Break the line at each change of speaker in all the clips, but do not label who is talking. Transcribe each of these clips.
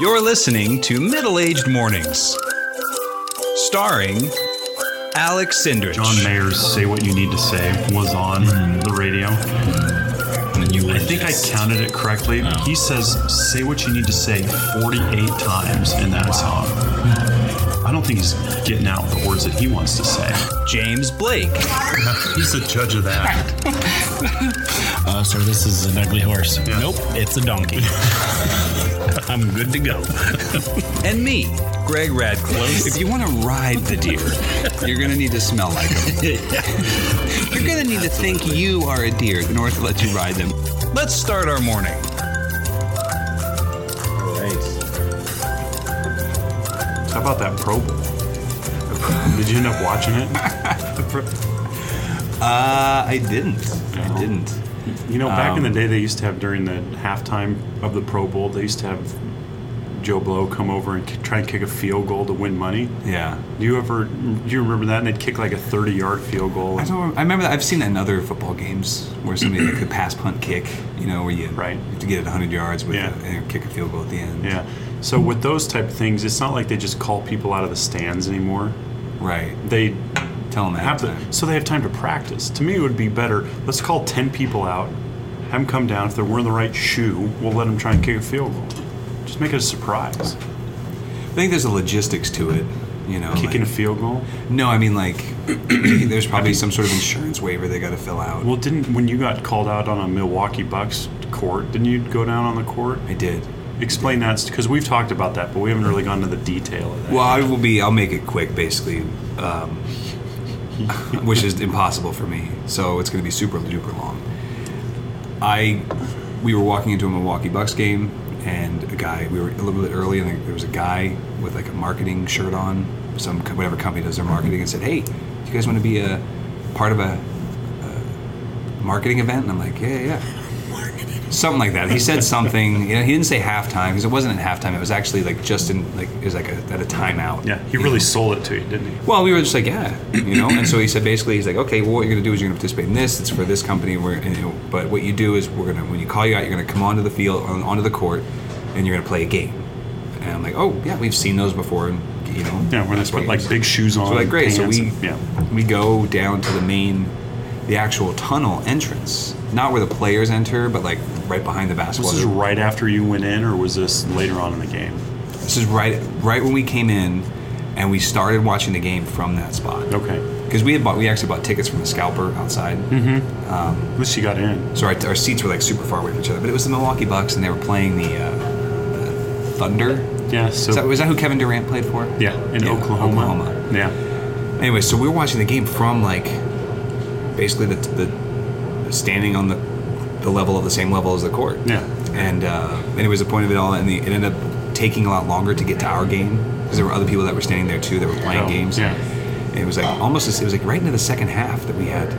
You're listening to Middle Aged Mornings, starring Alex Sindrich.
John Mayer's "Say What You Need to Say" was on the radio. I think I counted it correctly. He says "Say What You Need to Say" 48 times in that song. I don't think he's getting out the words that he wants to say.
James Blake,
He's the judge of that.
Uh, sir, this is an ugly horse.
Yeah.
Nope, it's a donkey. I'm good to go.
and me, Greg Radcliffe. If you want to ride the deer, you're going to need to smell like them. You're going to need to think you are a deer in order to let you ride them. Let's start our morning.
How about that Pro Bowl? Did you end up watching it?
Uh, I didn't. I didn't.
You know, back
Um,
in the day, they used to have during the halftime of the Pro Bowl, they used to have Joe Blow come over and k- try and kick a field goal to win money.
Yeah.
Do you ever? Do you remember that? And they'd kick like a thirty-yard field goal.
I, don't, I remember that. I've seen that in other football games where somebody like the pass punt kick, you know, where you
Right.
you have to get it 100 yards with
Yeah.
a, and kick a field goal at the end.
Yeah. So with those type of things, it's not like they just call people out of the stands anymore.
Right.
They
Tell them that.
have the so they have time to practice. To me, it would be better. Let's call ten people out, have them come down. If they're wearing the right shoe, we'll let them try and kick a field goal. Just make it a surprise.
I think there's a logistics to it, you know.
Kicking a
like-
field goal.
no, I mean, like, there's probably some sort of insurance waiver they got to fill out.
Well, didn't when you got called out on a Milwaukee Bucks court? Didn't you go down on the court?
I did.
Explain that because we've talked about that, but we haven't really gone to the detail of that.
Well, I will be. I'll make it quick, basically, um, which is impossible for me. So it's going to be super duper long. I, we were walking into a Milwaukee Bucks game, and a guy. We were a little bit early, and there was a guy with like a marketing shirt on, some co- whatever company does their marketing, and said, "Hey, you guys want to be a part of a, a marketing event?" And I'm like, "Yeah, yeah." yeah." something like that. He said something. You know, he didn't say halftime because it wasn't at halftime. It was actually like just in like it was like a, at a timeout.
yeah, he really sold it to you, didn't he?
Well, we were just like, yeah, you know. And so he said basically, he's like, okay, well, what you're gonna do is you're gonna participate in this. It's for this company. We're, and, you know, but what you do is we're gonna when you call you out, you're gonna come onto the field, on, onto the court, and you're gonna play a game. And I'm like, oh yeah, we've seen those before, and you know.
Yeah, when they put like big shoes on.
So like great. So
pants
we
and- yeah.
we go down to the main, the actual tunnel entrance, not where the players enter, but like right behind the basketball.
This is
hoop.
right after you went in, or was this later on in the game?
This is right right when we came in, and we started watching the game from that spot.
Okay.
Because we had bought, we actually bought tickets from the scalper outside. Mm-hmm.
At least you got in.
So our, our seats were like super far away from each other. But it was the Milwaukee Bucks, and they were playing the, uh, the Thunder.
Yeah. So
Is that, was that who Kevin Durant played for?
yeah, in
Yeah,
Oklahoma.
Oklahoma.
Yeah.
Anyway, so we were watching the game from like basically the, the standing on the the level of the same level as the court.
Yeah.
And uh, and it was the point of it all, and the, it ended up taking a lot longer to get to our game because there were other people that were standing there too that were playing
Oh,
games.
yeah.
And it was like almost as- it was like right into the second half that we had.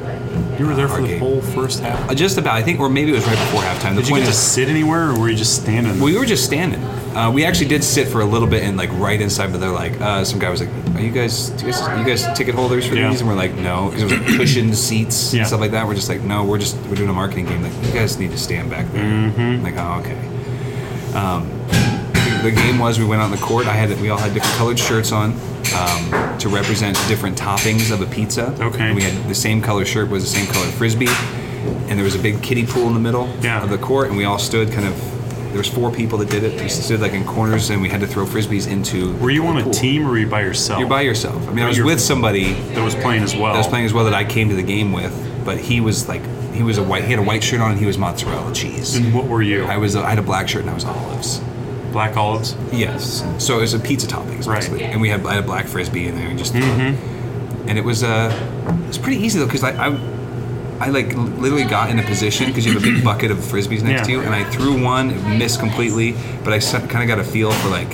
You were there for
Our
the
game.
whole first half.
Uh, just about I think, or maybe it was right before halftime. The
Did you
point
get
is,
to sit anywhere, or were you just standing?
we were just standing. Uh, we actually did sit for a little bit and like right inside, but they're like, uh, some guy was like, "Are you guys, do you guys, you guys ticket holders for
Yeah.
these?" And we're like, "No," because it was like cushioned seats
Yeah.
and stuff like that. We're just like, "No, we're just we're doing a marketing game. Like, you guys need to stand back there."
Mm-hmm.
Like, oh, okay. Um, the- the game was we went on the court. I had we all had different colored shirts on um, to represent different toppings of a pizza.
Okay.
And we had the same color shirt was the same color frisbee, and there was a big kiddie pool in the middle
Yeah.
of the court, and we all stood kind of. There was four people that did it. We stood like in corners, and we had to throw frisbees into.
were you on
the
a
pool.
team, or were you by yourself?
You're by yourself. I mean, I was
you're- Oh.
with somebody that
That was playing as well.
was playing as well that I came to the game with, but he was like, he was a white. He had a white shirt on, and he was mozzarella cheese.
And what were you?
I was. I had a black shirt, and I was olives.
Black olives.
Yes. So it was a pizza toppings,
Right. Mm-hmm.
basically. And we had, I had a black frisbee in there, and just and it was uh, it was pretty easy though, because I, I, I like literally got in a position because you have a big bucket of frisbees next to
Yeah.
you, and I threw one, it missed completely, but I kind of got a feel for like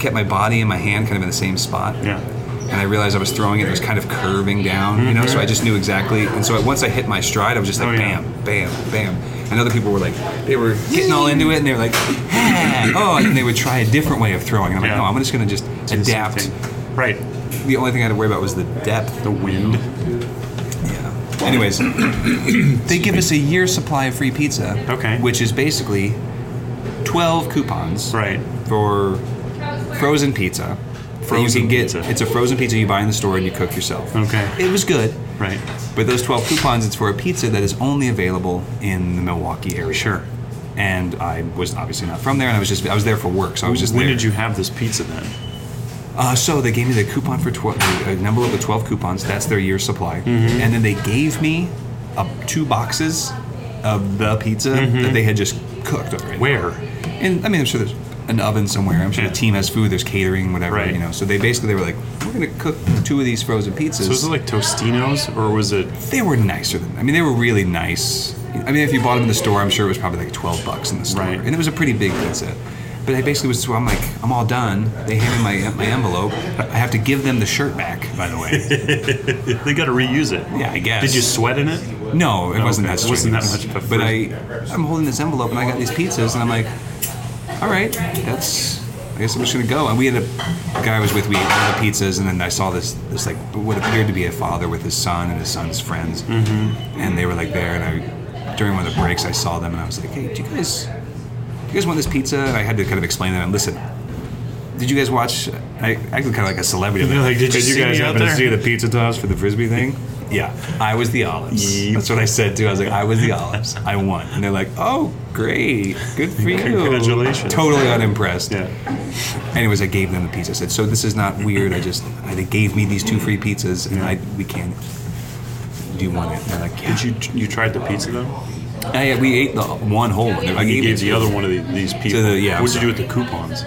kept my body and my hand kind of in the same spot.
Yeah.
And I realized I was throwing it; it was kind of curving down, you know. So I just knew exactly. And so once I hit my stride, I was just like,
Mm-hmm. Oh, yeah.
bam, bam, bam. And other people were like, they were getting all into it, and they were like, "Ah." oh, and they would try a different way of throwing. And I'm like,
Yeah.
no, I'm just gonna just
Do the same
adapt.
thing. Right.
The only thing I had to worry about was the depth.
The wind.
Yeah. Anyways, they give us a year's supply of free pizza.
Okay.
Which is basically 12 coupons
Right.
for frozen pizza. that you
Frozen
can get,
pizza.
It's a frozen pizza you buy in the store and you cook yourself.
Okay.
It was good.
Right.
But those 12 coupons, it's for a pizza that is only available in the Milwaukee area.
Sure.
And I was obviously not from there, and I was just I was there for work, so I was just
when
there.
did you have this pizza then?
Uh, so they gave me the coupon for 12, a number of the 12 coupons. That's their year's supply.
Mm-hmm.
And then they gave me uh, two boxes of the pizza
Mm-hmm.
that they had just cooked already.
Where?
And I mean, I'm sure there's an oven somewhere. I'm sure
Yeah.
the team has food. There's catering, whatever.
Right.
You know. So they basically they were like, we're gonna cook two of these frozen pizzas.
So was it like Tostinos or was it?
they were nicer than. I mean, they were really nice. I mean, if you bought them in the store, I'm sure it was probably like 12 bucks in the store,
Right.
and it was a pretty big pizza. But I basically was just, well, I'm like, I'm all done. They hand me my my envelope. I have to give them the shirt back, by the way.
They got to reuse it.
Yeah, I guess.
Did you sweat in it?
No, it wasn't
Okay,
that.
it wasn't that
strenuous.
much of a
But
fruit.
I, I'm holding this envelope, and I got these pizzas, and I'm like, all right, that's. I guess I'm just gonna go. And we had a the guy I was with. We ate one of the pizzas, and then I saw this this like what appeared to be a father with his son and his son's friends,
Mm-hmm.
and they were like there. And I during one of the breaks, I saw them, and I was like, hey, do you guys do you guys want this pizza? And I had to kind of explain that. And listen, did you guys watch? I acted kind of like a celebrity.
They're like, "Did you see
guys
me out
happen to
there?"
see the pizza toss for the frisbee thing? Yeah, I was the olives.
Yep.
That's what I said too. I was like, I was the olives. I won. And they're like, oh, great, good for you.
Congratulations.
Totally unimpressed.
Yeah.
Anyways, I gave them the pizza. I said, so this is not weird. I just I, they gave me these two free pizzas, and I we can't. Do you want it? And they're like, yeah.
Did you you tried the pizza though?
I- yeah, we ate the one whole one. I
And you
gave
gave
it.
the other one of the, these people.
the- yeah, I'm
What'd you do with the coupons?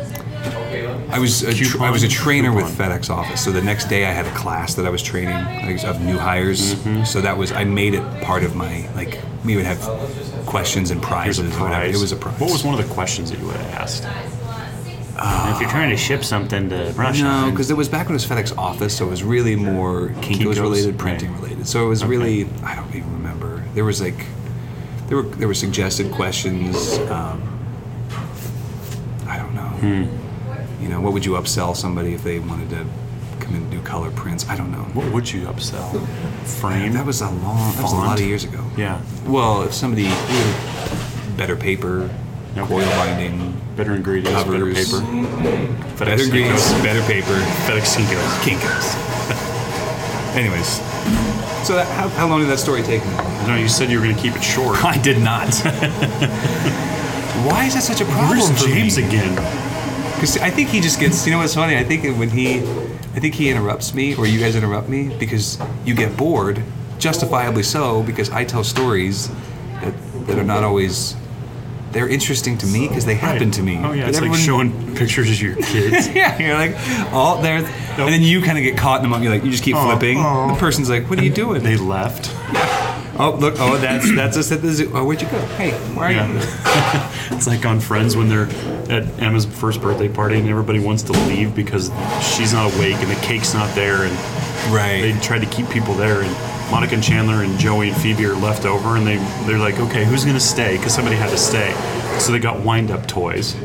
I was a tr-
Coupon?
I was a trainer with
Coupon.
FedEx office. So the next day I had a class that I was training like, of new hires.
Mm-hmm.
So that was I made it part of my like we would have questions and
Here's
prizes.
a
or whatever.
prize.
It was a prize. Uh,
What was one of the questions that you would have asked?
if you're trying to ship something to Russia,
No,
then-
because it was back when it was FedEx office, so it was really more Kinko's
Kinko's,
related,
right.
printing related. So it was really I don't even remember. There was like there were there were suggested questions. Um, I don't know.
Hmm.
You know, what would you upsell somebody if they wanted to come in and do color prints? I don't know.
What would you upsell? Frame.
That was a long. That was a lot
Font?
of years ago.
Yeah.
Well, if somebody better paper,
Okay.
coil binding,
Better ingredients.
covers,
Better paper. FedEx
better greens, better paper,
FedEx Kinko's.
kinkos. Anyways, so that, how, how long did that story take? me?
No, you said you were going to keep it short.
I did not. Why is that such a problem
Where's
for
James
me?
again?
Because I think he just gets. You know what's funny? I think that when he, I think he interrupts me, or you guys interrupt me, because you get bored, justifiably so, because I tell stories that, that are not always. They're interesting to me because they happen to me.
Oh yeah,
But
it's
everyone-
like showing pictures of your kids.
yeah, you're like, oh, there, and then you kind of get caught in the moment. You're like, you just keep
Oh,
flipping.
oh.
The person's like, what are you doing?
they left.
Oh, look. Oh, that's that's us at the zoo. Oh, where'd you go? Hey, where are you?
Yeah. it's like on Friends when they're at Emma's first birthday party and everybody wants to leave because she's not awake and the cake's not there and they
Right.
tried to keep people there and Monica and Chandler and Joey and Phoebe are left over and they they're like, okay, who's gonna stay? Because somebody had to stay, so they got wind up toys.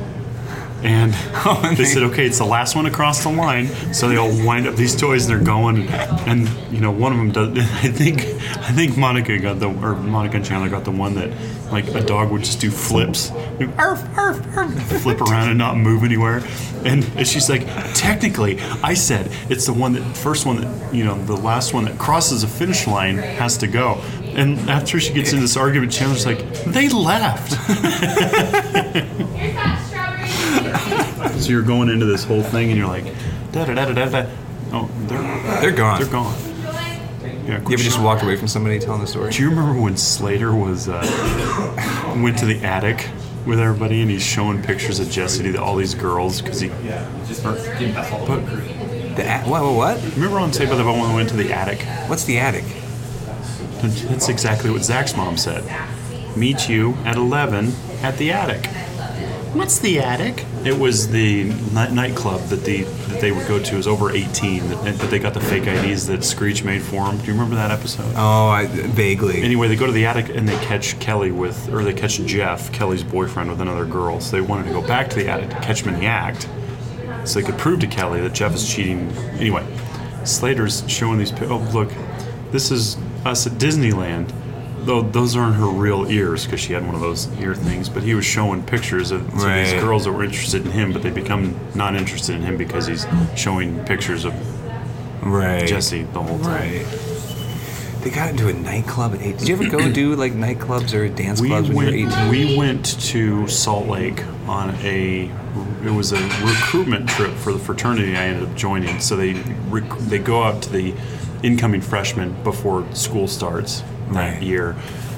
And
and
they
they-
said, okay, it's the last one across the line. So they all wind up these toys and they're going. And, you know, one of them does. I think, I think Monica got the, or Monica and Chandler got the one that, like, a dog would just do flips, Like, arf, arf, arf, flip around and not move anywhere. And, and she's like, technically, I said it's the one that first one that you know, the last one that crosses a finish line has to go. And after she gets into this argument, Chandler's like, they left.
Here's that strawberry.
So you're going into this whole thing and you're like, da da da da da. da. Oh, they're
They're gone.
they're gone. Yeah.
You ever just walked away from somebody telling the story?
Do you remember when Slater was uh, went to the attic with everybody and he's showing pictures of Jesse to all these girls because he
The a- what, what? What?
remember on Saved by the Bell when we went to the attic.
What's the attic?
That's exactly what Zach's mom said. Meet you at 11 at the attic. What's the attic? It was the night- nightclub that the that they would go to. It was over 18, that, that they got the fake IDs that Screech made for them. Do you remember that episode?
Oh, I, vaguely.
Anyway, they go to the attic and they catch Kelly with, or they catch Jeff, Kelly's boyfriend, with another girl. So they wanted to go back to the attic to catch him in the act, so they could prove to Kelly that Jeff is cheating. Anyway, Slater's showing these. pi- Oh, look, this is us at Disneyland. Though those aren't her real ears because she had one of those ear things, but he was showing pictures of some of
Right.
these girls that were interested in him, but they become not interested in him because he's showing pictures of
Right.
Jesse the whole time.
Right. They got into a nightclub at eight. Did you ever go do like nightclubs or dance
We
clubs when you were 18?
went, we went to Salt Lake on a it was a recruitment trip for the fraternity I ended up joining. So they rec- they go out to the incoming freshmen before school starts that
Right.
year,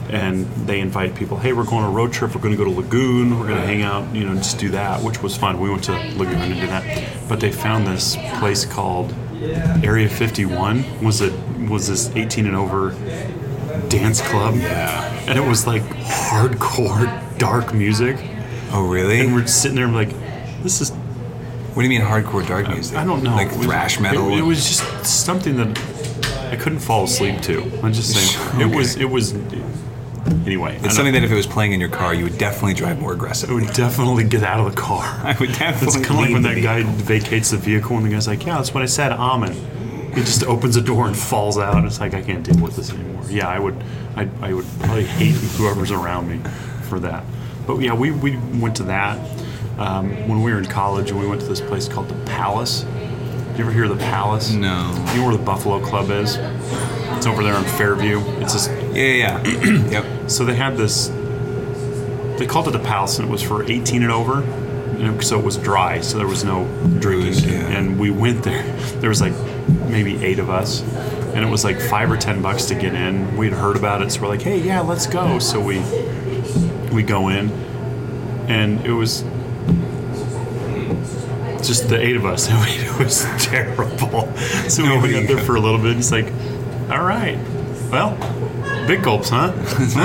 and they invite people. Hey, we're going on a road trip. We're going to go to Lagoon. We're going to hang out. You know, just do that, which was fun. We went to Lagoon and did that. But they found this place called Area 51. Was it was this 18 and over dance club. Yeah. And it was like hardcore dark music.
Oh, really?
And
What
we're sitting there like, this is
do you mean hardcore dark music?
I don't know.
Like
It was-
thrash metal?
It, it was just something that I couldn't fall asleep to. I'm just saying. It was it was anyway. I
it's
don't-
something that if it was playing in your car, you would definitely drive more
I
aggressively.
would definitely get out of the car. I
would
It's
definitely
kind of like
leave
when
the
that guy vacates the vehicle and the guy's like, "Yeah, that's what I said, amen." He just opens the door and falls out. and It's like I can't deal with this anymore. Yeah, I would, I, I would probably hate whoever's around me for that. But yeah, we, we went to that um, when we were in college, and we went to this place called the Palace. Did you ever hear of the Palace?
No.
You know where the Buffalo Club is? It's over there in Fairview. It's this
Yeah, yeah, yeah. yep.
so they had this. They called it the palace, and it was for 18 and over. you know, So it was dry, so there was no drinking.
Booze, yeah.
And we went there. There was like maybe eight of us, and it was like five or ten bucks to get in. We'd heard about it, so we're like, "Hey, yeah, let's go." So we we go in, and it was just the eight of us. I mean, it was terrible. So we went
Nobody
up there
could.
for a little bit. And it's like, all right, well, big gulps, huh?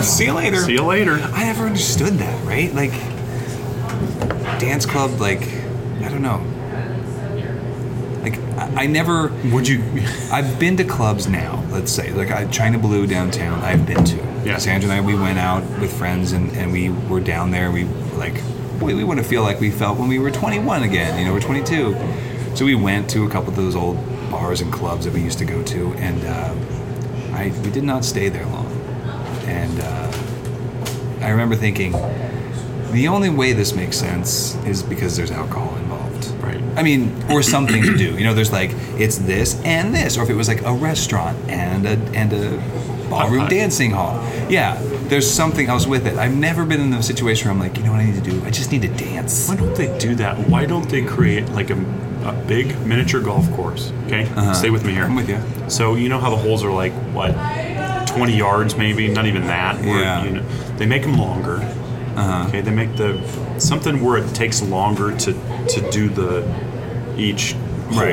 See you later.
See you later.
I never understood that, right? Like, dance club, like, I don't know. Like, I, I never.
Would you?
I've been to clubs now, let's say. Like, I, China Blue downtown, I've been to.
Yeah.
Sandra and I, we went out with friends and, and we were down there. We, like, we, we want to feel like we felt when we were 21 again. You know, we're 22. So we went to a couple of those old bars and clubs that we used to go to, and uh, I we did not stay there long. And uh, I remember thinking, the only way this makes sense is because there's alcohol involved.
Right.
I mean, or something to do. You know, there's like it's this and this, or if it was like a restaurant and a and a ballroom
Hot pot.
dancing hall. Yeah, there's something else with it. I've never been in a situation where I'm like, you know what I need to do? I just need to dance.
Why don't they do that? Why don't they create like a, a big miniature golf course? Okay, stay with me here.
Uh-huh. I'm with you.
So you know how the holes are like what, 20 yards maybe? Not even that. where,
Yeah. Uh-huh.
You know, they make them longer. Okay, they make the something where it takes longer to to do the each hole.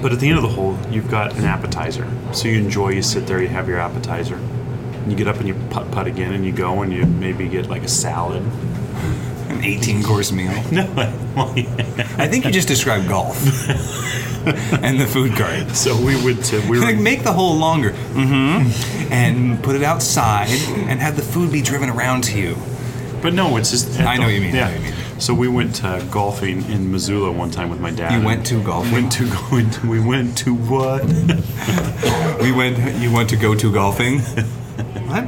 But at the end of the hole, you've got an appetizer. So you enjoy, you sit there, you have your appetizer. And you get up and you putt putt again, and you go and you maybe get like a salad.
An 18 course meal.
No, well, yeah.
I think you just described golf and the food cart.
So we would to, we were
Like make the hole longer, mm-hmm. and put it outside, and have the food be driven around to you.
But no, it's just.
I know what you mean, I know
Yeah.
what you mean.
So we went uh, golfing in Missoula one time with my dad.
You went to golfing?
Went to going. To, we went to what?
We went. You want to go to golfing? what?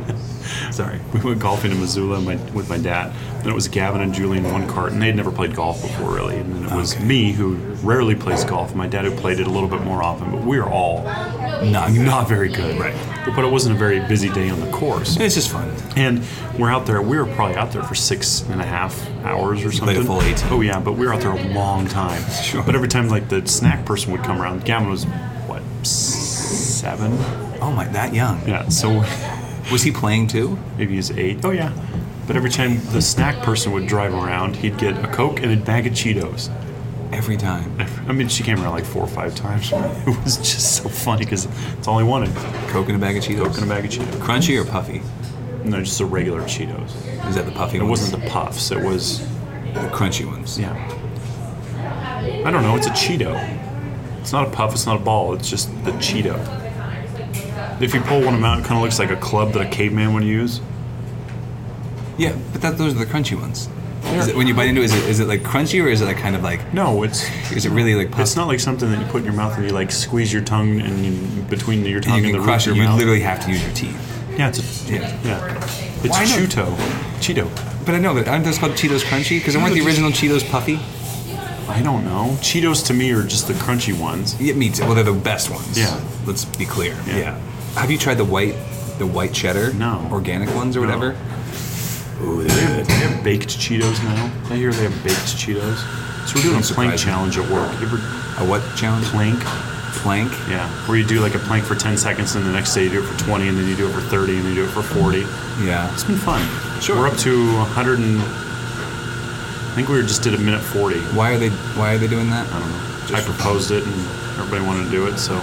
Sorry, we went golfing in Missoula my, with my dad. And it was Gavin and Julie in one cart, and they'd never played golf before really. And then it was
Okay.
me who rarely plays golf. My dad who played it a little bit more often. But we were all
No,
not very good. Right. But it wasn't a very busy day on the course.
It's just fun.
And we're out there. We were probably out there for six and a half hours or
played
something.
a full 18.
Oh yeah, but we were out there a long time.
Sure.
But every time, like the snack person would come around. Gavin was what seven?
Oh my, that young.
Yeah. So
Was he playing too?
maybe he's eight. Oh yeah. But every time the snack person would drive around, he'd get a Coke and a bag of Cheetos.
Every time.
I mean, she came around like four or five times. It was just so funny because it's all he wanted.
Coke in a bag of Cheetos.
Coke and a bag of Cheetos.
Crunchy or puffy?
No, just the regular Cheetos.
Is that the puffy
It
ones?
wasn't the puffs. It was
the crunchy ones.
Yeah. I don't know. It's a Cheeto. It's not a puff. It's not a ball. It's just the Cheeto. If you pull one of them out, it kind of looks like a club that a caveman would use.
Yeah, but that, those are the crunchy ones. Is it, when you bite into it, is it, is it like crunchy or is it like kind of like?
No, it's
Is it really like puffy?
it's not like something that you put in your mouth and you like squeeze your tongue and you, between your tongue
And
and,
you can
the roof
crush
of
it.
your
You
mouth.
literally have to use your teeth.
Yeah, it's a,
Yeah.
yeah. It's
Why not?
Chuto. Cheeto.
But I know that aren't those called Cheetos Crunchy? Because weren't the original Cheetos Puffy?
I don't know. Cheetos to me are just the crunchy ones.
It means well, they're the best ones.
Yeah.
Let's be clear.
Yeah.
Have you tried the white, the white cheddar?
No.
Organic ones or
No.
whatever.
Ooh, they have, they have baked Cheetos now. I hear they have baked Cheetos. So we're doing a plank
Surprising.
challenge at work. You ever
A what challenge?
plank?
Plank.
Yeah, where you do like a plank for 10 seconds, and the next day you do it for 20, and then you do it for 30, and then you do it for 40.
Yeah.
It's been fun.
Sure.
We're up to 100 and I think we were just did a minute 40.
Why are they Why are they doing that?
I don't know. I proposed it, and everybody wanted to do it. So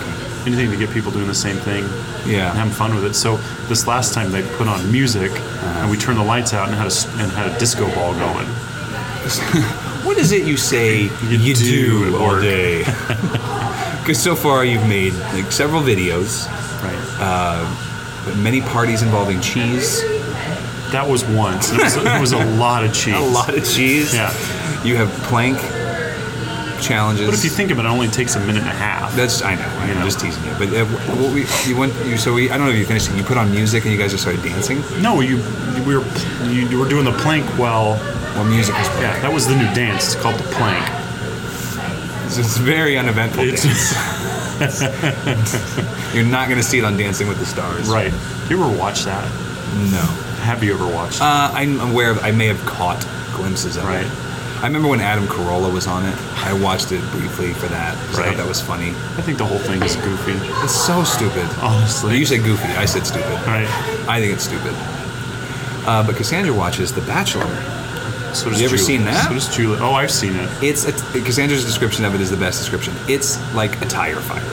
anything to get people doing the same thing
Yeah.
and having fun with it. So this last time they put on music, and we turned the lights out and had a s and had a disco ball going.
What is it you say you, do,
all day.
Because so far you've made like several videos,
Right.
many parties involving cheese,
That was once. It was, it was a lot of cheese.
a lot of cheese.
Yeah.
You have plank challenges.
But if you think of it, it only takes a minute and a half.
That's I know. I
You
am
know.
just teasing you. But uh, what we you went you so we I don't know if you finished it. You put on music and you guys just started dancing.
no, you we were you, were doing the plank while
Well, music was playing.
yeah. That was the new dance. It's called the plank.
It's just very uneventful.
It's
You're not going to see it on Dancing with the Stars.
right. You ever watch that?
No.
Have you ever watched? it?
Uh, I'm aware of. I may have caught glimpses of
Right.
it. I remember when Adam Carolla was on it. I watched it briefly for that. 'cause I
Right.
thought that was funny.
I think the whole thing is goofy.
It's so stupid.
Honestly.
You said goofy. I said stupid.
Right.
I think it's stupid. Uh, but Cassandra watches The Bachelor.
So does
You ever
Julie.
seen that?
So does Julie. Oh, I've seen it.
It's a, Cassandra's description of it is the best description. It's like a tire fire.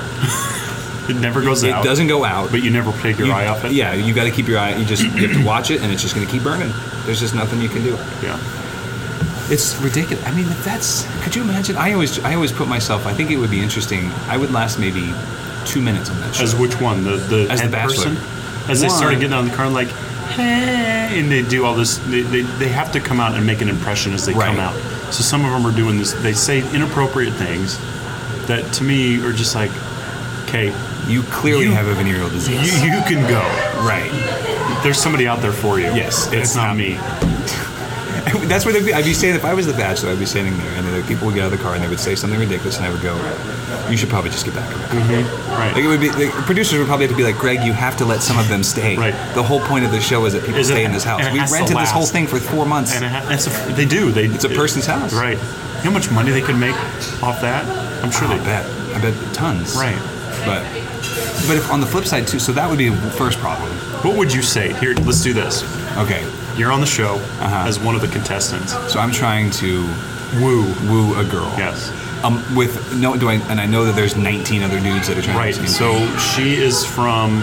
It never goes
It
out.
doesn't go out,
But you never take your
you-
eye off it.
Yeah, you got to keep your eye. You just you have to watch it, and it's just going to keep burning. There's just nothing you can do.
Yeah.
It's ridiculous. I mean, if that's could you imagine? I always I always put myself. I think it would be interesting. I would last maybe two minutes on that show.
As which one? The the
As the
head
bachelor.
person. As they started
One.
getting out of the car, and like, hey, and they do all this. They, they, they have to come out and make an impression as they
Right.
come out. So some of them are doing this. They say inappropriate things that to me are just like, okay,
you clearly
You-
have a venereal
you,
disease.
you can go.
right.
There's somebody out there for you.
Yes,
it's,
it's
not,
not-
me.
that's what they'd be, I'd be saying if I was the bachelor. I'd be standing there, and then the people would get out of the car, and they would say something ridiculous, and I would go, "You should probably just get back." in the car."
Right.
Like it would be the producers would probably have to be like, Greg, you have to let some of them stay.
Right.
The whole point of the show is that people
Is it-
stay in this house.
and it
We
has to
rented this whole
last.
thing for four months.
And it ha- it's a, they do. They
It's a person's house.
Right. You know how much money they could make off that? I'm sure
Oh, I
they
bet. I bet tons.
Right.
But but if on the flip side too, so that would be the first problem.
What would you say? Here, let's do this.
Okay.
You're on the show
Uh-huh.
as one of the contestants.
So I'm trying to
Woo.
woo a girl.
Yes.
Um, with no, do I? And I know that there's 19 other dudes that are trying.
Right.
To
So she is from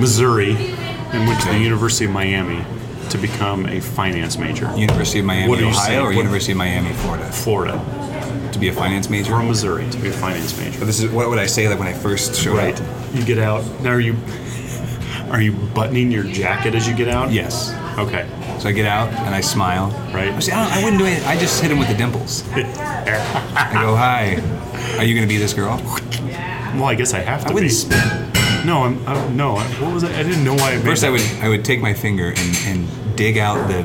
Missouri and went to the
Okay.
University of Miami to become a finance major.
University of Miami,
What do you say?
Ohio, or
What-
University of Miami, Florida,
Florida
to be a finance major.
from Missouri to be a finance
But
major.
this is what would I say like when I first showed
Right.
up?
You get out. Now are you are you buttoning your jacket as you get out?
Yes.
Okay.
So I get out and I smile.
Right.
See, I, don't, I wouldn't do it. I just hit him with the dimples. I go, hi. Are you gonna be this girl?
Well, I guess I have to
I wouldn't.
be.
Spin.
No, I'm, I, no. I, what was I? I didn't know why. I made
First, I
that.
would I would take my finger and, and dig out the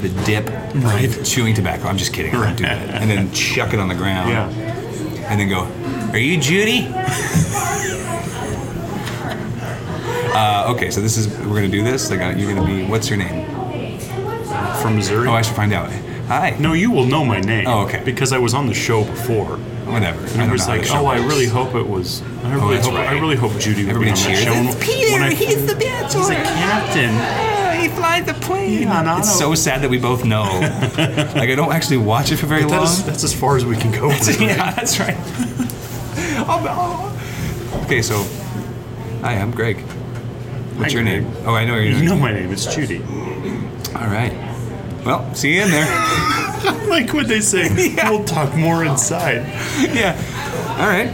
the dip of
Right.
chewing tobacco. I'm just kidding. I don't do that. And then chuck it on the ground.
Yeah.
And then go, are you Judy? uh, okay, so this is we're gonna do this. Like uh, you're gonna be what's your name?
From Missouri.
Oh, I should find out. Hi.
no, you will know my name.
Oh, okay.
Because I was on the show before.
Whatever.
And
I
I,
don't
was
know how
like,
the show
oh, I
works.
really hope it was. I really
that's
hope. I
right.
really hope Judy would be
Everybody
on
cheers.
that show.
It's
Peter, he's the bachelor. He's a captain.
Ah, he flies the plane.
Yeah, no,
it's
no.
so sad that we both know. like I don't actually watch it for very long.
That is, that's as far as we can go. with it.
yeah, that's right. Oh, no. Okay, so hi, I'm Greg. What's
Hi,
your
Greg.
name? Oh, I know your
You
name.
know my name. It's Judy.
All right. Well, see you in there.
Like what they say.
Yeah.
We'll talk more inside.
yeah. All right.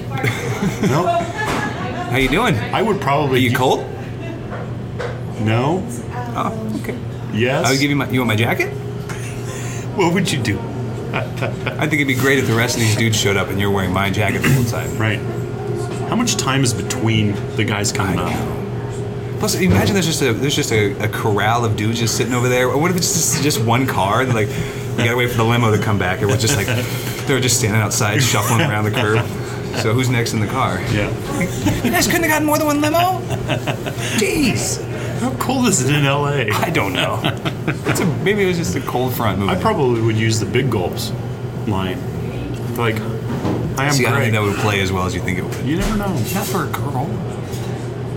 No,
How you doing?
I would
Are
probably.
you cold?
No.
Oh, okay.
Yes.
I would give you my. You want my jacket?
what would you do?
I think it'd be great if the rest of these dudes showed up and you're wearing my jacket the whole time.
Right. How much time is between the guys
I
coming up?
know. Plus, imagine there's just a there's just a, a corral of dudes just sitting over there. Or what if it's just just one car? They're like, we gotta wait for the limo to come back, and we're just like, they're just standing outside shuffling around the curb. So who's next in the car?
Yeah.
You guys couldn't have gotten more than one limo. Jeez,
How cold is it in LA?
I don't know. It's a, maybe it was just a cold front movie.
I probably would use the big gulps line. Like, I am
See, I don't think
Greg.
that would play as well as you think it would.
You never know.
Not for a girl.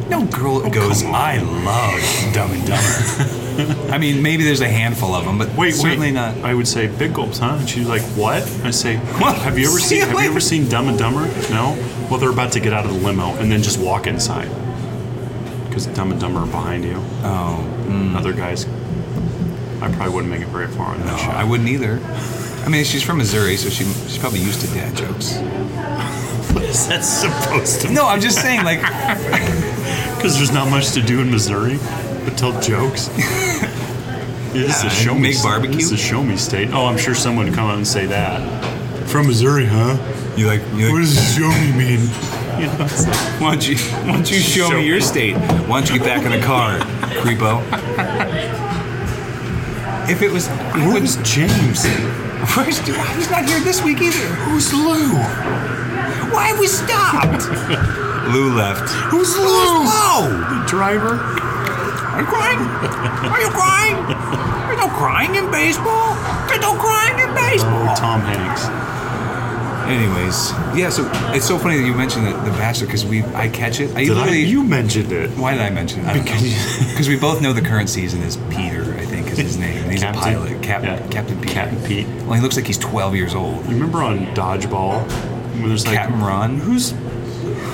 No girl goes, I love Dumb and Dumber. I mean, maybe there's a handful of them, but
Wait,
certainly
wait.
not.
I would say big gulps, huh? And she's like, "What?" I say,
What?
"Have you ever
See
seen?
you
Have you
later."
ever seen Dumb and Dumber?" No. Well, they're about to get out of the limo and then just walk inside because Dumb and Dumber are behind you.
Oh,
Other guys, I probably wouldn't make it very far on that
no,
show.
I wouldn't either. I mean, she's from Missouri, so she, she's probably used to dad jokes.
What is that supposed to?
No, I'm just saying, like,
because there's not much to do in Missouri but tell jokes. It is
Yeah,
a show me
make barbecue.
It's a show me state. Oh, I'm sure someone would come out and say that. From Missouri, huh?
you like, you like
does show me mean? You know, it's like,
why don't you, why don't you show,
Show
me
me.
your state? Why don't you get back in the car, creepo? If it was, I
Where's
wouldn't-
James?
where's, he's not here this week either.
Who's Lou?
Why we stopped? Lou left.
Who's Lou? The driver?
Are you crying? Are you crying? There's no crying in baseball. There's no crying in
Oh,
baseball.
Tom Hanks.
Anyways, yeah. So it's so funny that you mentioned the, the Bachelor because we I catch it. I
Did I?
literally.
You mentioned it.
why did I mention it?
Because you-
Because we both know the current season is Peter. I think is his name. And he's
Captain-
a pilot. Cap,
yeah.
Captain Peter.
Captain Pete.
Well, he looks like he's 12 years old.
You remember on Dodgeball when there's like
Captain Ron?
Who's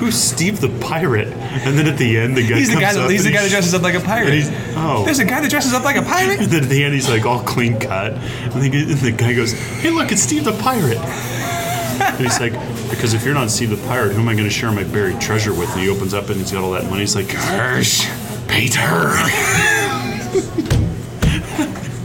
who's Steve the pirate? And then at the end, the guy
He's the
comes
guy. That,
up
he's the
and
guy that
he-
dresses up like a pirate.
and he's- oh.
There's a guy that dresses up like a pirate.
And then at the end, he's like all clean cut. And the, g- and the guy goes, Hey, look, it's Steve the Pirate. and he's like, Because if you're not Steve the Pirate, who am I going to share my buried treasure with? And he opens up and he's got all that money. He's like, Hirsch, Peter.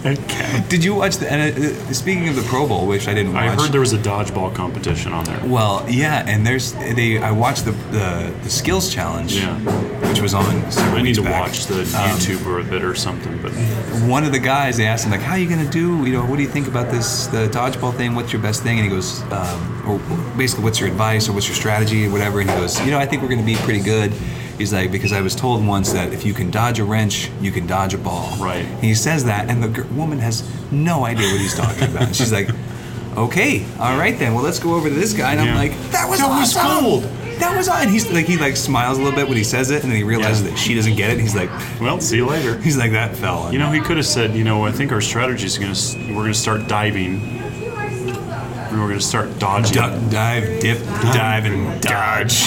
okay.
Did you watch the? And uh, uh, speaking of the Pro Bowl, which I didn't watch.
I heard there was a dodgeball competition on there.
Well, yeah, and there's they. I watched the the, the skills challenge,
Yeah.
which was on. Several
I need
weeks
to
back.
watch the
Um,
YouTube or a bit or something, but
One of the guys, they asked him like, "How are you gonna do? You know, what do you think about this the dodgeball thing? What's your best thing?" And he goes, um, or basically, what's your advice or what's your strategy or whatever? And he goes, "You know, I think we're gonna be pretty good." He's like, because I was told once that if you can dodge a wrench, you can dodge a ball.
Right.
He says that, and the gir- woman has no idea what he's talking about. And she's like, "Okay, all right then. Well, let's go over to this guy." And I'm
Yeah.
like, "That was
That was
awesome.
gold."
That was on. He's like, he like smiles a little bit when he says it, and then he realizes
Yeah.
that she doesn't get it. He's like,
well, see you later.
he's like that fell. on
You know, he could have said, you know, I think our strategy is going to, we're going to start diving
You are so welcome.
and we're going to start dodging.
duck, dive, dip, dive, and dodge.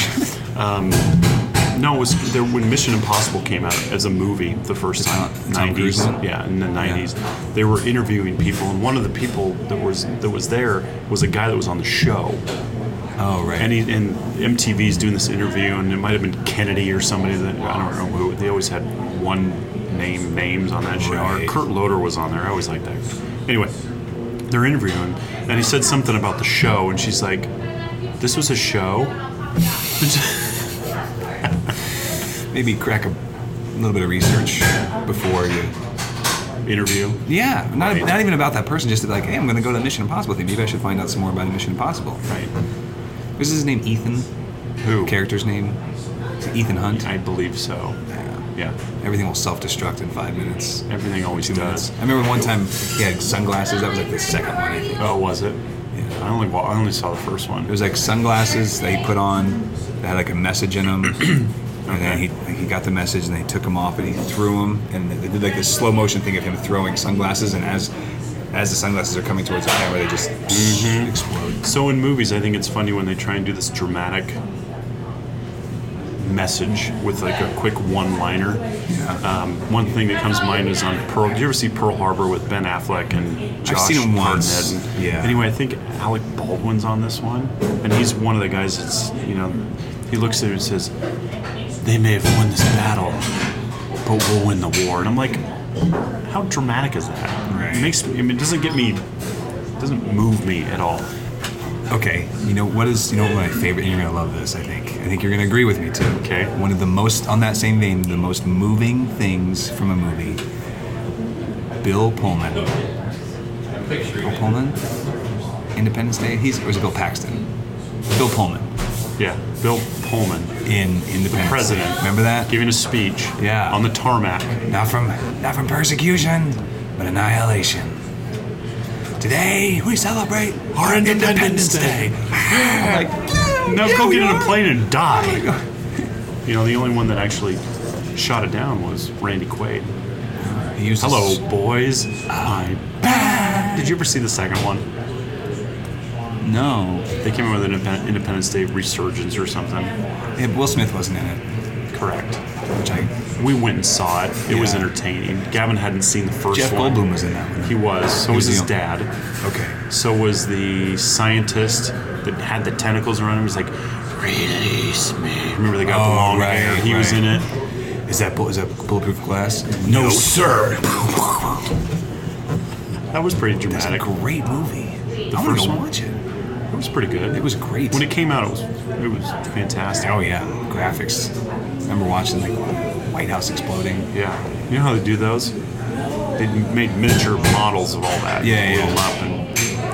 No, it was there, when Mission Impossible came out as a movie the first time,
Tom- Tom Cruise one?
yeah, in the nineties. They were interviewing people, and one of the people that was that was there was a guy that was on the show,
Oh right.
and he and MTV's doing this interview, and it might have been Kennedy or somebody that I don't know who. They always had one name names on that show.
Right.
Or Kurt Loder was on there. I always liked that. Anyway, they're interviewing, and he said something about the show, and she's like, "This was a show."
Maybe crack a little bit of research before you.
interview.
Yeah, not
Right.
not even about that person. Just like, hey, I'm going to go to Mission Impossible thing. Maybe I should find out some more about Mission Impossible.
Right.
Is his name Ethan?
Who?
Character's name? Is it Ethan Hunt.
I believe so. Yeah.
Everything will self-destruct in five minutes.
Everything always does.
I remember one time he had sunglasses. That was like the second one. I think.
Oh, was it? Yeah. I only wa- I only saw the first
It
one.
was like sunglasses that he put on that had like a message in them. And then he, like, he got the message and they took them off and he threw them. And they did like this slow motion thing of him throwing sunglasses. And as as the sunglasses are coming towards the camera, they just explode.
So in movies, I think it's funny when they try and do this dramatic message with like a quick one-liner. Um, one thing that comes to mind is on Pearl. Did you ever see Pearl Harbor with Ben Affleck and Josh
seen him once.
Hartnett?
Yeah.
Anyway, I think Alec Baldwin's on this one, and he's one of the guys that's you know, he looks at him and says, "They may have won this battle, but we'll win the war." And I'm like, how dramatic is that?
Right.
It makes me. I mean, it doesn't get me. Doesn't move me at all.
Okay, you know what is you know what my favorite? And you're gonna love this. I think. I think you're gonna agree with me too.
Okay.
One of the most on that same vein, the most moving things from a movie. Bill Pullman. Bill Pullman. Independence Day. He's or is it Bill Paxton? Bill Pullman
Yeah, Bill Pullman
in Independence. Day.
president.
Remember that?
giving a speech.
Yeah.
On the tarmac.
Not from not from persecution, but annihilation. Today we celebrate our Independence, Day.
Now
Yeah,
go
we
get in a
are. Oh
plane and die. you know, the only one that actually shot it down was Randy Quaid.
He used to
Hello,
s-
boys.
Ah.
I'm back. Did you ever see the second one?
No,
They came up with an Independ- Independence Day resurgence or something.
Yeah, Will Smith wasn't in it,
Correct.
which I
We went and saw it. It was
Yeah.
entertaining. Gavin hadn't seen the first
Jeff
one.
Goldblum was in that one.
He was. So was
was
his
the-
dad.
Okay.
So was the scientist that had the tentacles around him. He's like, release me. Remember they got the
Oh,
long
right,
hair. He was
right.
in it.
Is that bull- is that bulletproof glass?
No, sir.
That was pretty
That's a
dramatic.
great movie.
The
I want
first
to go
one?
watch it.
It was pretty good.
It was great.
when it came out. It was it was fantastic.
oh yeah, graphics. I remember watching like White House exploding.
Yeah. You know how they do those? They made miniature models of all that.
Yeah,
blew
yeah.
them up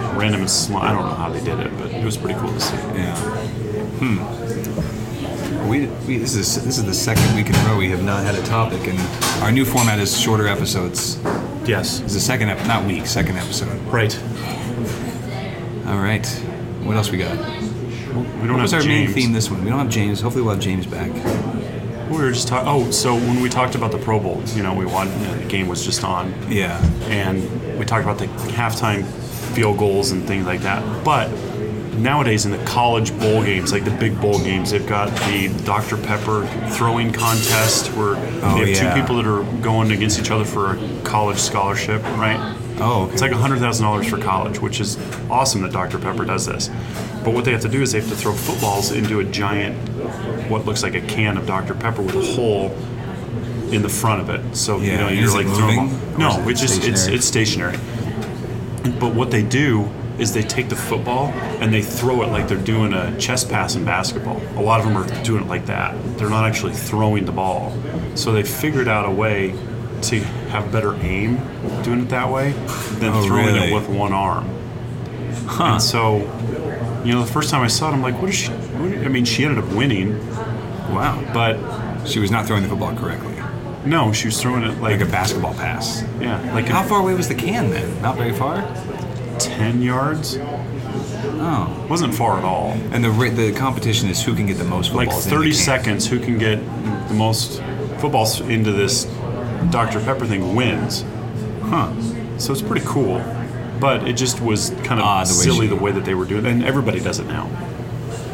and ran them in sli- I don't know how they did it, but it was pretty cool to see.
Yeah. Hmm. We, we this is this is the second week in a row we have not had a topic, and our new format is shorter episodes.
Yes.
It's the second ep- not week, second episode.
Right.
All right. What else we got?
We don't
What
have
was our main
James.
theme this one? We don't have James. Hopefully, we'll have James back.
We were just talking. Oh, so when we talked about the Pro Bowl, you know, we won. The game was just on,
Yeah.
and we talked about the halftime field goals and things like that. But nowadays, in the college bowl games, like the big bowl games, they've got the Dr Pepper throwing contest where
Oh,
they have
yeah.
two people that are going against each other for a college scholarship, right?
Oh, okay.
It's like hundred thousand dollars for college, which is awesome that Dr Pepper does this. But what they have to do is they have to throw footballs into a giant, what looks like a can of Dr Pepper with a hole in the front of it. So you
Yeah,
know
and
you're
is it
like throwing.
moving? Or
No,
is it
it's just it's
stationary?
it's stationary. But what they do is they take the football and they throw it like they're doing a chest pass in basketball. A lot of them are doing it like that. They're not actually throwing the ball. So they figured out a way to have better aim doing it that way than
Oh,
throwing
really?
it with one arm. Huh. And so, you know, the first time I saw it, I'm like, what is she? What I mean, she ended up winning,
wow.
but
She was not throwing the football correctly.
no, she was throwing it like,
Like a basketball pass.
yeah, like
How
a
far away was the can then? Not very far.
10 yards.
Oh.
wasn't far at all.
And the ra- the competition is who can get the most
like
footballs. in the
30
can.
seconds who can get the most footballs into this dr pepper thing wins
Huh.
so it's pretty cool but it just was kind of
Ah, the way
silly
she-
the way that they were doing it and everybody does it now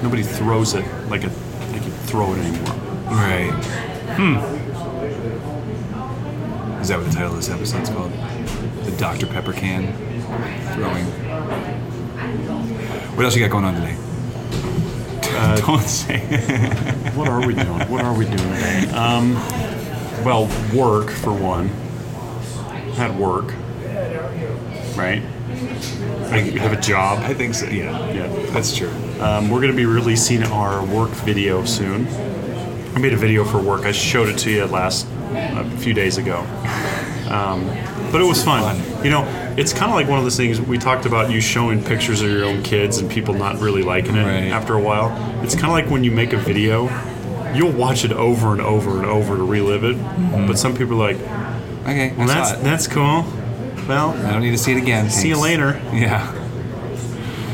nobody throws it like a like you throw it anymore
Right. Hmm. Is that what the title of this episode's called? The Dr. Pepper can throwing. What else you got going on today? Don't say.
Uh, what are we doing what are we doing today um, well work for one had work right i have a job
I think so. Yeah,
yeah
that's true.
Um, we're going to be releasing our work video soon. I made a video for work. I showed it to you last a few days ago, um, but it was fun. You know, it's kind of like one of those things we talked about. You showing pictures of your own kids and people not really liking it
Right.
after a while. It's kind of like when you make a video, you'll watch it over and over and over to relive it. But some people are like,
Okay, Mm-hmm.
well,
that's,
that's
saw it.
that's cool. Well,
I don't need to see it again.
see you
thanks.
later.
Yeah.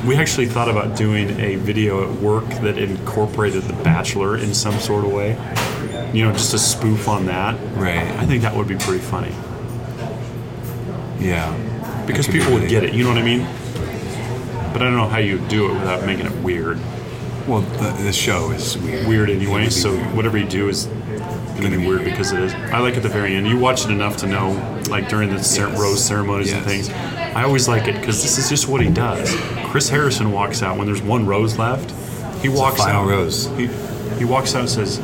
We actually thought about doing a video at work that incorporated The Bachelor in some sort of way. You know, just a spoof on that. I
Right.
think that would be pretty funny
Yeah.
because people would get it. You know what I mean? But I don't know how you do it without making it weird.
Well, the, the show is weird.
Weird anyway.
would be
So
weird.
whatever you do is gonna be weird because it is. I like at the very end. You watch it enough to know, like during the cer-
Yes.
rose ceremonies and
Yes.
things. I always like it because this is just what he does. Chris Harrison walks out when there's one rose left. He walks
final
out.
rose.
He, he walks out and says,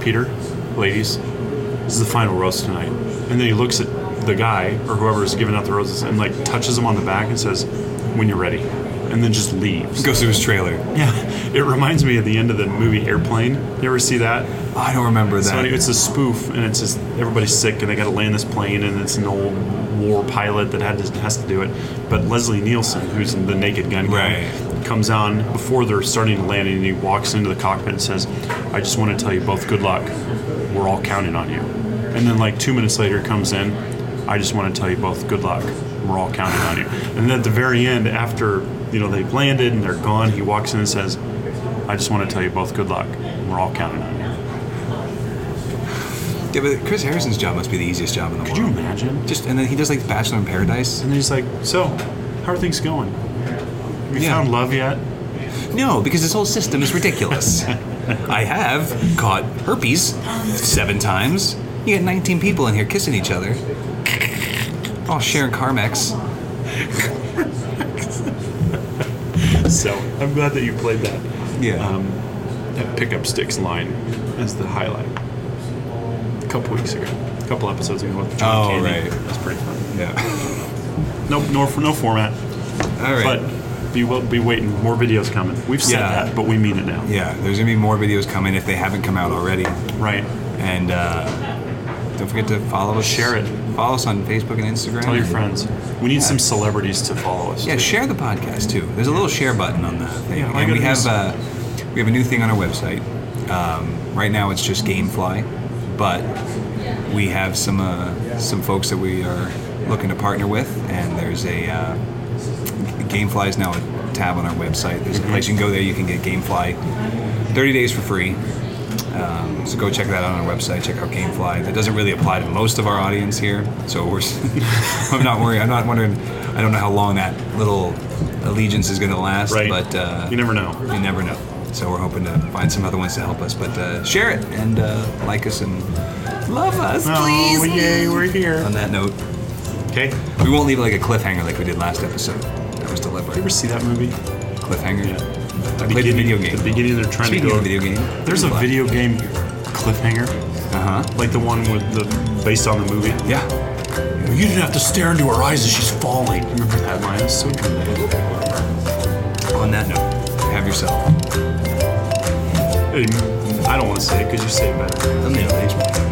Peter, ladies, this is the final rose tonight. And then he looks at the guy or whoever's giving out the roses and like touches him on the back and says, when you're ready. And and then just leaves.
Goes to his trailer.
Yeah, it reminds me of the end of the movie Airplane. You ever see that?
I don't remember that.
So anyway, it's a spoof, and it's just everybody's sick, and they got to land this plane, and it's an old war pilot that had to, has to do it. But Leslie Nielsen, who's the Naked Gun guy,
Right.
comes on before they're starting to land, and he walks into the cockpit and says, "I just want to tell you both good luck. We're all counting on you." And then like two minutes later, comes in, "I just want to tell you both good luck. We're all counting on you." And then at the very end, after you know they've landed and they're gone, he walks in and says, "I just want to tell you both good luck. We're all counting on you."
yeah, but Chris Harrison's job must be the easiest job in the
Could you
world.
imagine?
Just and then he does like Bachelor in Paradise.
And he's like, "So, how are things going? Have you
Yeah.
found love yet?"
No, because his whole system is ridiculous. I have caught herpes seven times. You got 19 people in here kissing each other. Oh, Sharon Carmex.
So I'm glad that you played that
Yeah.
um, that pickup sticks line as the highlight. A couple weeks ago, a couple episodes ago with John
Oh,
Candy.
right.
That's pretty fun.
yeah.
No, no, no format,
All right.
but be will be waiting. More videos coming. We've said
Yeah.
that, but we mean it now.
yeah, there's gonna be more videos coming if they haven't come out already.
Right.
And uh, don't forget to follow us.
Share it.
Follow us on Facebook and Instagram.
Tell your friends. We need some celebrities to follow us.
Yeah, share the podcast too. There's a little share button on the thing,
Yeah, I
and we
gotta
have
use-
uh, we have a new thing on our website. Um, right now, it's just GameFly, but we have some uh, some folks that we are looking to partner with, and there's a uh, GameFly is now a tab on our website. There's a
Mhm.
place you can go there. You can get GameFly, 30 days for free. Um, so go check that out on our website. Check out GameFly. That doesn't really apply to most of our audience here, so we're. s- I'm not worried. I'm not wondering. I don't know how long that little allegiance is going to last,
Right.
but uh,
you never know.
you never know. So we're hoping to find some other ones to help us. But uh, share it and uh, like us and love us,
Oh,
please.
yay, we're here.
On that note,
Okay. You
we won't leave it like a cliffhanger like we did last episode. That was
ever
deliberate.
see that movie?
Cliffhanger.
Yeah.
I played the video game.
The beginning, they're trying
Speaking
to go.
of video game,
There's a
Gamefly.
video game cliffhanger,
Uh-huh.
Uh huh.
like the one with the based on the movie.
Yeah.
You didn't have to stare into her eyes as she's falling.
Remember that line? It's so dramatic.
On that note, have yourself
Um, I don't want to say it because you say it better.
a middle aged man.